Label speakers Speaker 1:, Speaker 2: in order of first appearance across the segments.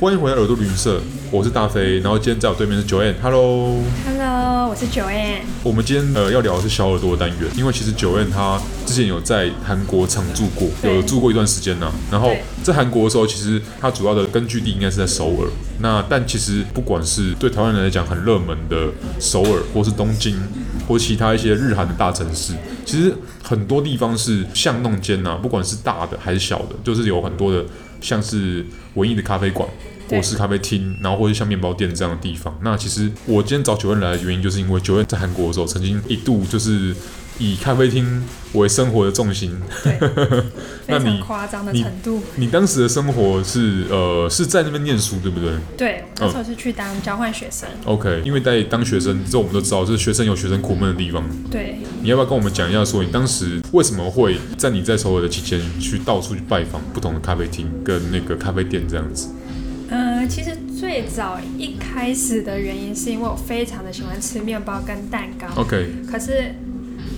Speaker 1: 欢迎回到耳朵旅行社，我是大飞，然后今天在我对面是 Joanne，Hello。
Speaker 2: Hello，我是 Joanne。
Speaker 1: 我们今天呃要聊的是小耳朵的单元，因为其实 Joanne 她之前有在韩国常住过，
Speaker 2: 对
Speaker 1: 有住过一段时间呢、然后
Speaker 2: 对
Speaker 1: 在韩国的时候，其实她主要的根据地应该是在首尔。那但其实不管是对台湾人来讲很热门的首尔，或是东京，或其他一些日韩的大城市，其实很多地方是巷弄间呐、不管是大的还是小的，就是有很多的像是文艺的咖啡馆，
Speaker 2: 对
Speaker 1: 或是咖啡厅，然后或是像面包店这样的地方。那其实我今天找九恩来的原因，就是因为九恩在韩国的时候，曾经一度就是以咖啡厅为生活的重心。
Speaker 2: 对，
Speaker 1: 那
Speaker 2: 非
Speaker 1: 你
Speaker 2: 常夸张的
Speaker 1: 你
Speaker 2: 程度。
Speaker 1: 你当时的生活是呃是在那边念书，对不对
Speaker 2: 对，我那时候是去当交换学生。
Speaker 1: ？OK，因为在当学生之后，我们都知道，就是学生有学生苦闷的地方。
Speaker 2: 对，
Speaker 1: 你要不要跟我们讲一下，说你当时为什么会在你在首尔的期间去到处去拜访不同的咖啡厅跟那个咖啡店这样子？
Speaker 2: 呃，其实最早一开始的原因是因为我非常的喜欢吃面包跟蛋糕。
Speaker 1: OK，
Speaker 2: 可是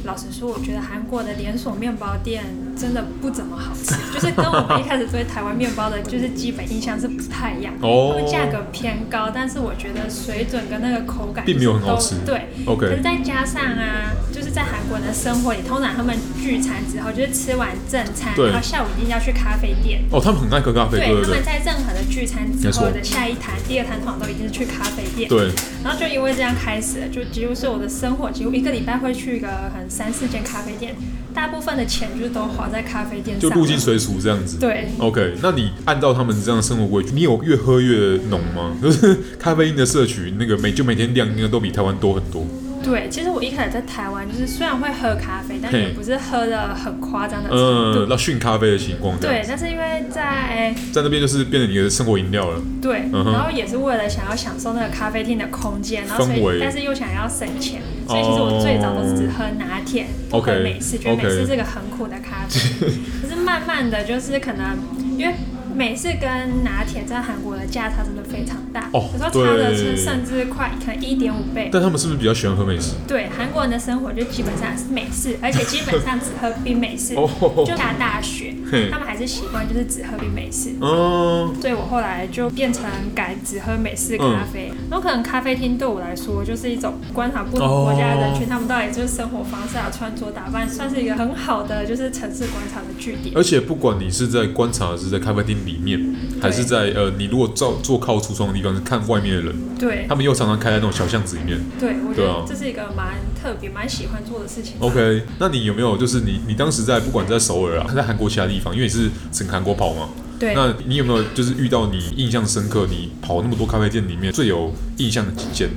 Speaker 2: 老实说，我觉得韩国的连锁面包店真的不怎么好吃，就是跟我们一开始对台湾面包的就是基本印象是不太一样。
Speaker 1: 哦
Speaker 2: 他们价格偏高，但是我觉得水准跟那个口感
Speaker 1: 并没有很好
Speaker 2: 就是
Speaker 1: 吃
Speaker 2: 都对
Speaker 1: OK
Speaker 2: 可是再加上啊，就是在韩国人的生活里，通常他们聚餐之后就是吃完正餐，
Speaker 1: 对
Speaker 2: 然后下午一定要去咖啡店。
Speaker 1: 哦，他们很爱喝咖啡，对
Speaker 2: 他
Speaker 1: 对
Speaker 2: 们在任何的聚餐之
Speaker 1: 没错
Speaker 2: 后的下一坛、第二坛，通常都一定是去咖啡店。
Speaker 1: 对，对，
Speaker 2: 然后就因为这样开始了，就几乎是我的生活，几乎一个礼拜会去个可能三四间咖啡店，大部分的钱就是都花在咖啡店
Speaker 1: 就
Speaker 2: 上。
Speaker 1: 入境随俗这样子。
Speaker 2: 对，
Speaker 1: OK，那你按照他们这样的生活规矩，你有越喝越浓吗？就是咖啡因的摄取，那个每就每天量应该都比台湾多很多。
Speaker 2: 对，其实我一开始在台湾，就是虽然会喝咖啡，但也
Speaker 1: 嘿
Speaker 2: 不是喝的很夸张的程
Speaker 1: 呃，
Speaker 2: 度。
Speaker 1: 那熏咖啡的情况这样
Speaker 2: 对
Speaker 1: 子，，
Speaker 2: 但是因为在
Speaker 1: 在那边就是变成你的生活饮料了。
Speaker 2: 对，
Speaker 1: 嗯哼
Speaker 2: 然后也是为了想要享受那个咖啡厅的空间，然后所
Speaker 1: 氛围
Speaker 2: 以但是又想要省钱，所以其实我最早都是只喝拿铁，不喝
Speaker 1: OK，
Speaker 2: 美式，觉得
Speaker 1: OK
Speaker 2: 美式是个很苦的 咖啡。可是慢慢的就是可能因为。美式跟拿铁在韩国的价差真的非常大，
Speaker 1: 哦
Speaker 2: 有时候差的
Speaker 1: 对
Speaker 2: 是甚至快可能一点五倍。
Speaker 1: 但他们是不是比较喜欢喝美式？
Speaker 2: 对，韩国人的生活就基本上是美式，而且基本上只喝冰美式。
Speaker 1: 哦
Speaker 2: 就下大学
Speaker 1: 嘿，
Speaker 2: 他们还是习惯就是只喝冰美式。
Speaker 1: 嗯，
Speaker 2: 所以我后来就变成改只喝美式咖啡。
Speaker 1: 嗯
Speaker 2: 然后可能咖啡厅对我来说就是一种观察不同国家的人群，
Speaker 1: 哦
Speaker 2: 他们到底就是生活方式啊、穿着打扮，算是一个很好的就是城市观察的据点。
Speaker 1: 而且不管你是在观察，是在咖啡厅里面，还是在呃，你如果照坐靠橱窗的地方是看外面的人，
Speaker 2: 对
Speaker 1: 他们又常常开在那种小巷子里面。
Speaker 2: 对，我觉
Speaker 1: 对啊哦
Speaker 2: 得这是一个蛮特别、蛮喜欢做的事情。
Speaker 1: OK，那 你有没有就是你你当时在不管在首尔啊，还在韩国其他地方，因为你是整个韩国跑嘛，
Speaker 2: 对，
Speaker 1: 那你有没有就是遇到你印象深刻，你跑那么多咖啡店里面最有印象的几间？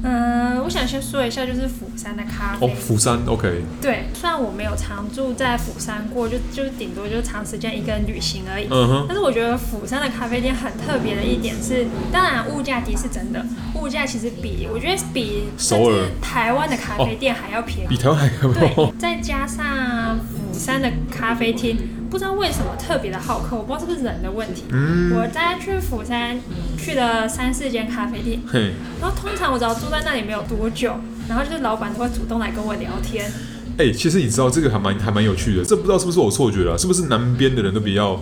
Speaker 2: 嗯、我想先说一下就是釜山的咖啡。
Speaker 1: 哦，釜山，OK，
Speaker 2: 对，虽然我没有常住在釜山过，就就是顶多就是长时间一个人旅行而已。
Speaker 1: 嗯哼，
Speaker 2: 但是我觉得釜山的咖啡店很特别的一点是，当然物价低是真的，物价其实比我觉得比甚
Speaker 1: 首尔
Speaker 2: 至台湾的咖啡店还要便宜。
Speaker 1: 哦比台湾还
Speaker 2: 对
Speaker 1: 高。，
Speaker 2: 再加上釜山的咖啡厅，不知道为什么特别的好客，我不知道是不是人的问题。
Speaker 1: 嗯，
Speaker 2: 我大概去釜山去了三四间咖啡店，
Speaker 1: 嘿，
Speaker 2: 然后通常我只要住在那里没有多久，然后就是老板都会主动来跟我聊天。
Speaker 1: 哎、其实你知道这个还蛮还蛮有趣的，这不知道是不是我错觉了、是不是南边的人都比较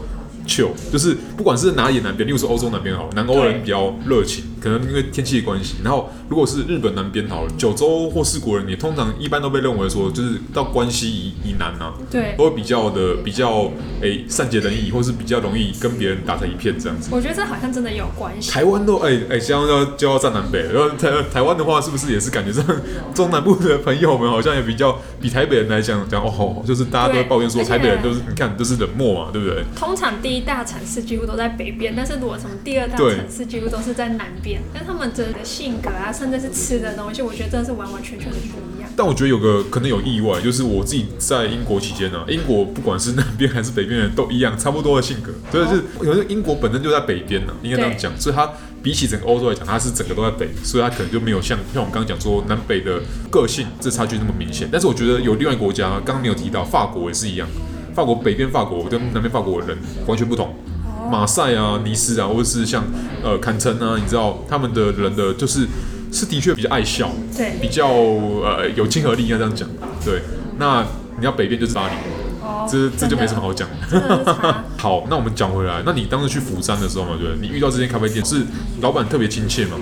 Speaker 1: chill，就是不管是哪里的南边，例如说欧洲南边好了，南欧人比较热情，可能因为天气的关系。然后如果是日本南边好了，九州或四国人也通常一般都被认为说，就是到关西以以南啊，
Speaker 2: 对，
Speaker 1: 都会比较的比较诶、善解人意，或是比较容易跟别人打成一片这样子。
Speaker 2: 我觉得这好像真的有关系。
Speaker 1: 台湾都哎哎，这样要就要站南北了，然后台台湾的话是不是也是感觉上中南部的朋友们好像也比较比台北人来讲讲哦，就是大家都会抱怨说
Speaker 2: 对
Speaker 1: 台北人
Speaker 2: 而且
Speaker 1: 都是你看都是冷漠嘛，对不对？
Speaker 2: 通常第一大城市几乎都在北边，但是如果从第二大
Speaker 1: 对
Speaker 2: 城市几乎都是在南边，但他们真的性格啊，甚至是吃的东西，我觉得真的是完完全全的不一样。
Speaker 1: 但我觉得有个可能有意外，就是我自己在英国期间呢、啊，英国不管是南边还是北边人都一样，差不多的性格，所以是可能英国本身就在北边呢、啊，应该这样讲，所以它比起整个欧洲来讲，它是整个都在北，所以它可能就没有像像我们刚刚讲说南北的个性这差距那么明显。但是我觉得有另外一个国家，刚刚没有提到，法国也是一样，法国北边法国跟南边法国的人完全不同。马赛啊、尼斯啊，或者是像呃坎城啊，你知道他们的人的就是是的确比较爱笑，
Speaker 2: 对
Speaker 1: 比较呃有亲和力，应该这样讲。对，那你要北边就是巴黎，
Speaker 2: 哦
Speaker 1: 这这就
Speaker 2: 真的
Speaker 1: 没什么好讲的。
Speaker 2: 真的是 差。
Speaker 1: 好，那我们讲回来，那你当时去釜山的时候嘛，对不对？你遇到这间咖啡店是老板特别亲切吗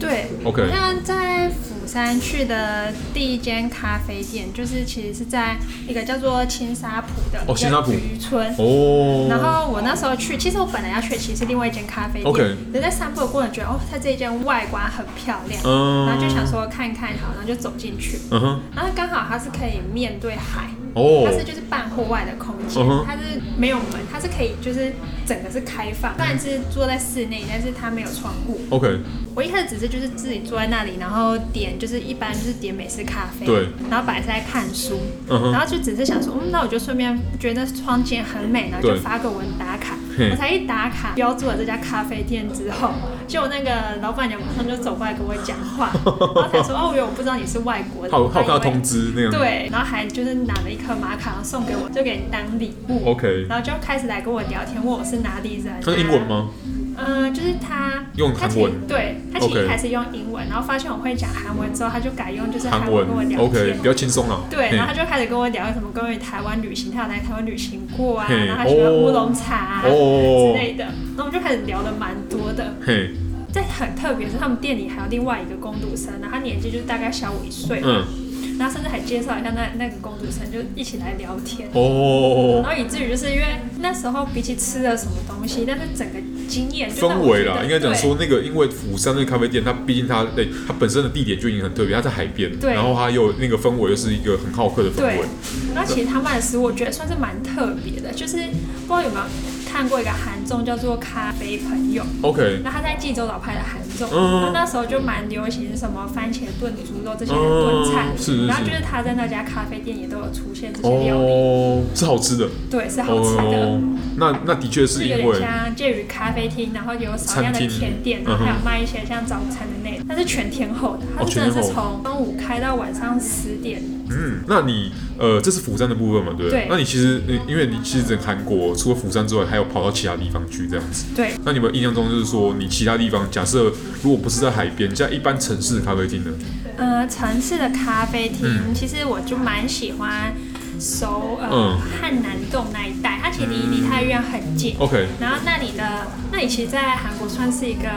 Speaker 2: 对，
Speaker 1: ？OK，
Speaker 2: 那在釜山去的第一间咖啡店，就是其实是在一个叫做青沙浦的
Speaker 1: 哦青沙浦
Speaker 2: 渔村。
Speaker 1: 哦，
Speaker 2: 然后我那时候去，其实我本来要去的其实是另外一间咖啡店。
Speaker 1: OK
Speaker 2: 人在散步的过程觉得，哦，它这一间外观很漂亮，
Speaker 1: 嗯
Speaker 2: 然后就想说看看好，然后就走进去。
Speaker 1: 嗯哼，
Speaker 2: 然后刚好它是可以面对海，它是
Speaker 1: 哦，
Speaker 2: 就是半户外的空间
Speaker 1: 嗯哼，
Speaker 2: 它是没有门，它是可以就是整个是开放。虽然是坐在室内，但是它没有窗户。
Speaker 1: OK，
Speaker 2: 我一开始只是就是自己坐在那里，然后点就是一般就是点美式咖啡，
Speaker 1: 对，
Speaker 2: 然后本来是在看书，
Speaker 1: 嗯哼，
Speaker 2: 然后就只是想说，嗯，那我就顺便觉得窗间很美，然后就
Speaker 1: 对
Speaker 2: 发个文打卡。
Speaker 1: 嘿
Speaker 2: 我才一打卡标注了这家咖啡店之后，就那个老板娘马上就走过来跟我讲 话，然后才说哦，我以为我不知道你是外国人，
Speaker 1: 还有还
Speaker 2: 她
Speaker 1: 有看
Speaker 2: 以为
Speaker 1: 到通知那样。
Speaker 2: 对，然后还就是拿了一颗马卡龙送给我，就给你当礼物。
Speaker 1: OK，
Speaker 2: 然后就开始来跟我聊天，问我是哪里人、啊。
Speaker 1: 那是英文？吗？
Speaker 2: 嗯，就是他
Speaker 1: 用
Speaker 2: 他
Speaker 1: 韩
Speaker 2: 其实
Speaker 1: 文
Speaker 2: 对他其
Speaker 1: OK
Speaker 2: 实一开始用英文，然后发现我会讲韩文之后，他就改用就是
Speaker 1: 韩
Speaker 2: 文
Speaker 1: 文
Speaker 2: 跟我聊
Speaker 1: ，OK，
Speaker 2: 天。
Speaker 1: 比较轻松啦。
Speaker 2: 对，
Speaker 1: 嘿
Speaker 2: 然后他就开始跟我聊什么关于台湾旅行，他有来台湾旅行过啊，
Speaker 1: 嘿
Speaker 2: 然后他喜欢乌
Speaker 1: 哦
Speaker 2: 龙茶啊、
Speaker 1: 哦
Speaker 2: 之类的，然后我们就开始聊的蛮多的。
Speaker 1: 嘿，
Speaker 2: 这很特别，是他们店里还有另外一个工读生，啊然后他年纪就是大概小我一岁，
Speaker 1: 嗯，
Speaker 2: 然后甚至还介绍一下那那个工读生，就一起来聊天。然
Speaker 1: 哦，
Speaker 2: 后以至于就是因为那时候比起吃了什么东西，但是整个经验就让
Speaker 1: 氛
Speaker 2: 我
Speaker 1: 围
Speaker 2: 觉
Speaker 1: 啦，
Speaker 2: 得
Speaker 1: 应该讲
Speaker 2: 对
Speaker 1: 说那个，因为釜山那个咖啡店，它毕竟它对它本身的地点就已经很特别，它在海边，
Speaker 2: 对
Speaker 1: 然后它又那个氛围又是一个很好客的氛
Speaker 2: 对
Speaker 1: 围。，
Speaker 2: 那其实他卖的食物我觉得算是蛮特别的，就是不知道有没有看过一个韩综叫做《咖啡朋友》，
Speaker 1: OK，
Speaker 2: 那他在济州岛拍的韩综，
Speaker 1: 嗯
Speaker 2: 那那时候就蛮流行什么番茄炖猪肉这些炖菜，
Speaker 1: 嗯是是是
Speaker 2: 然后就是他在那家咖啡店也都有出现这些料理，
Speaker 1: 哦，是好吃的，
Speaker 2: 对，是好吃的。
Speaker 1: 哦，那那的确
Speaker 2: 是
Speaker 1: 是
Speaker 2: 有
Speaker 1: 因
Speaker 2: 点
Speaker 1: 为
Speaker 2: 像介于咖啡厅，然后有少量的
Speaker 1: 餐厅
Speaker 2: 甜点，
Speaker 1: 嗯
Speaker 2: 然后
Speaker 1: 哼
Speaker 2: 还有卖一些像早餐的那种，它是全天候的，它
Speaker 1: 哦
Speaker 2: 是真的
Speaker 1: 全
Speaker 2: 是
Speaker 1: 天候
Speaker 2: 从中午开到晚上十点。
Speaker 1: 嗯，那你呃，这是釜山的部分嘛，对不对？
Speaker 2: 对
Speaker 1: 那你其实，你因为你其实整个韩国除了釜山之外，还有跑到其他地方去这样子。
Speaker 2: 对，
Speaker 1: 那你们印象中就是说，你其他地方假设如果不是在海边，像一般城市的咖啡厅呢？
Speaker 2: 呃，城市的咖啡厅，
Speaker 1: 嗯
Speaker 2: 其实我就蛮喜欢首尔、
Speaker 1: 嗯
Speaker 2: 汉南洞那一带，它其实离离太原很近。
Speaker 1: OK，
Speaker 2: 然后那里的那里其实，在韩国算是一个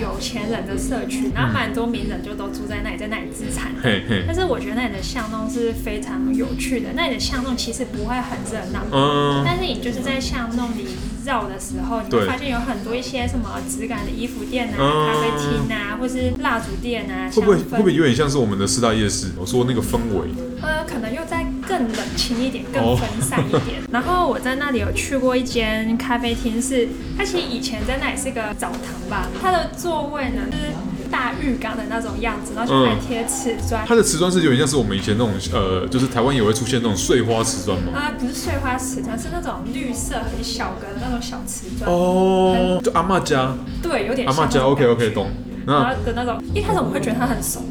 Speaker 2: 有钱人的社区，
Speaker 1: 嗯
Speaker 2: 然后蛮多名人就都住在那里，在那里资产。
Speaker 1: 嘿嘿，
Speaker 2: 但是我觉得那里的巷弄是非常有趣的，那里的巷弄其实不会很热闹，
Speaker 1: 嗯，
Speaker 2: 但是你就是在巷弄里绕的时候，你
Speaker 1: 对
Speaker 2: 会发现有很多一些什么质感的衣服店啊、
Speaker 1: 嗯
Speaker 2: 咖啡厅啊，或是蜡烛店啊，
Speaker 1: 会不会
Speaker 2: 香氛
Speaker 1: 会不会有点像是我们的四大夜市？我说那个氛围，
Speaker 2: 呃，可能又再更冷清一点，
Speaker 1: 哦
Speaker 2: 更分散一 点。然后我在那里有去过一间咖啡厅是，它其实以前在那里是个澡堂吧，它的座位呢就是大浴缸的那种样子，然后就还
Speaker 1: 嗯
Speaker 2: 贴瓷砖。
Speaker 1: 它的瓷砖是有点像是我们以前那种呃，就是台湾也会出现那种碎花瓷砖吗？
Speaker 2: 啊、不是碎花瓷砖，是那种绿色很小格的那种小瓷砖。
Speaker 1: 哦，就阿嬷家，
Speaker 2: 对，有点
Speaker 1: 阿
Speaker 2: 像
Speaker 1: 嬷
Speaker 2: 那种
Speaker 1: 家，OK
Speaker 2: 感
Speaker 1: OK，
Speaker 2: 觉
Speaker 1: 懂。
Speaker 2: 然
Speaker 1: 那
Speaker 2: 后的那种，一开始我们会觉得它很怂，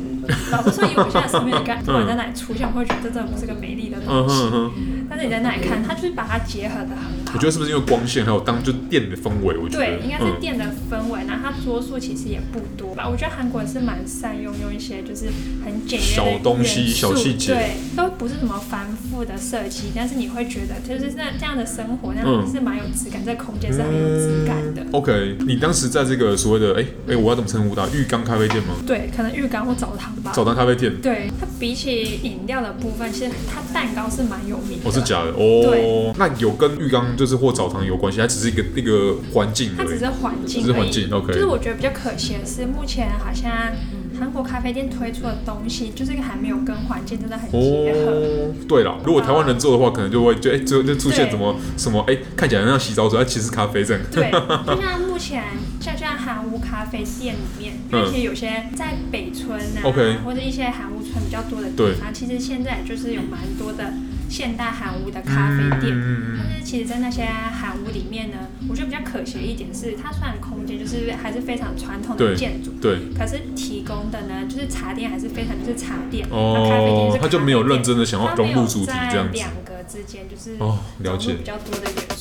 Speaker 2: 老实说，以我现在审美 感，不管在哪里出现，我会觉得这真的不是个美丽的
Speaker 1: 嗯
Speaker 2: 东
Speaker 1: 哼
Speaker 2: 西。
Speaker 1: 嗯哼。
Speaker 2: 但是你在那里看，它就是把它结合的很好。
Speaker 1: 我觉得是不是因为光线还有当就店的氛围？我觉得嗯
Speaker 2: 对，应该是、店的氛围，然后它桌数其实也不多吧。我觉得韩国人是蛮善用用一些就是很简约的
Speaker 1: 小东西
Speaker 2: 元素
Speaker 1: 小细节
Speaker 2: 对，都不是什么繁复的设计，但是你会觉得就是那这样的生活，那
Speaker 1: 嗯
Speaker 2: 样是蛮有质感，这个空间是很有质感的。
Speaker 1: 嗯 OK，你当时在这个所谓的哎哎，我要怎么称呼它？浴缸咖啡店吗？
Speaker 2: 对，可能浴缸或澡堂吧。
Speaker 1: 澡堂咖啡店？
Speaker 2: 对，它比起饮料的部分，其实它蛋糕是蛮有名的。
Speaker 1: 哦，是假的
Speaker 2: 对
Speaker 1: 哦。那有跟浴缸就是或澡堂有关系，它只是一个那个环境
Speaker 2: 它
Speaker 1: 而
Speaker 2: 只
Speaker 1: 已
Speaker 2: 是。环境而已，
Speaker 1: 只是环境，OK
Speaker 2: 就是我觉得比较可惜的是，目前好像韩国咖啡店推出的东西，就是还没有跟环境真的很结合。
Speaker 1: 哦，对了，如果台湾人做的话，可能就会就哎就就出现
Speaker 2: 啊对
Speaker 1: 什么什么哎，看起来很像洗澡水，但其实是咖啡这样。
Speaker 2: 对，就像目前像这样韩屋咖啡店里面，因为
Speaker 1: 嗯
Speaker 2: 其实有些在北村啊
Speaker 1: OK
Speaker 2: 或者一些韩屋村比较多的
Speaker 1: 对
Speaker 2: 地方，其实现在就是有蛮多的现代韩屋的咖啡店。
Speaker 1: 嗯，
Speaker 2: 但是其实，在那些韩屋里面呢，我觉得比较可惜的一点是，它虽然空间就是还是非常传统的
Speaker 1: 对
Speaker 2: 建筑，
Speaker 1: 对。
Speaker 2: 可是提供的呢，就是茶店还是非常就是茶店，那咖啡店
Speaker 1: 哦
Speaker 2: 是，
Speaker 1: 他
Speaker 2: 咖啡
Speaker 1: 就没有认
Speaker 2: 店，
Speaker 1: 真的想要
Speaker 2: 它没
Speaker 1: 融
Speaker 2: 有
Speaker 1: 入主题
Speaker 2: 在
Speaker 1: 这样子。
Speaker 2: 两个之间就是
Speaker 1: 哦了解
Speaker 2: 融入比较多的元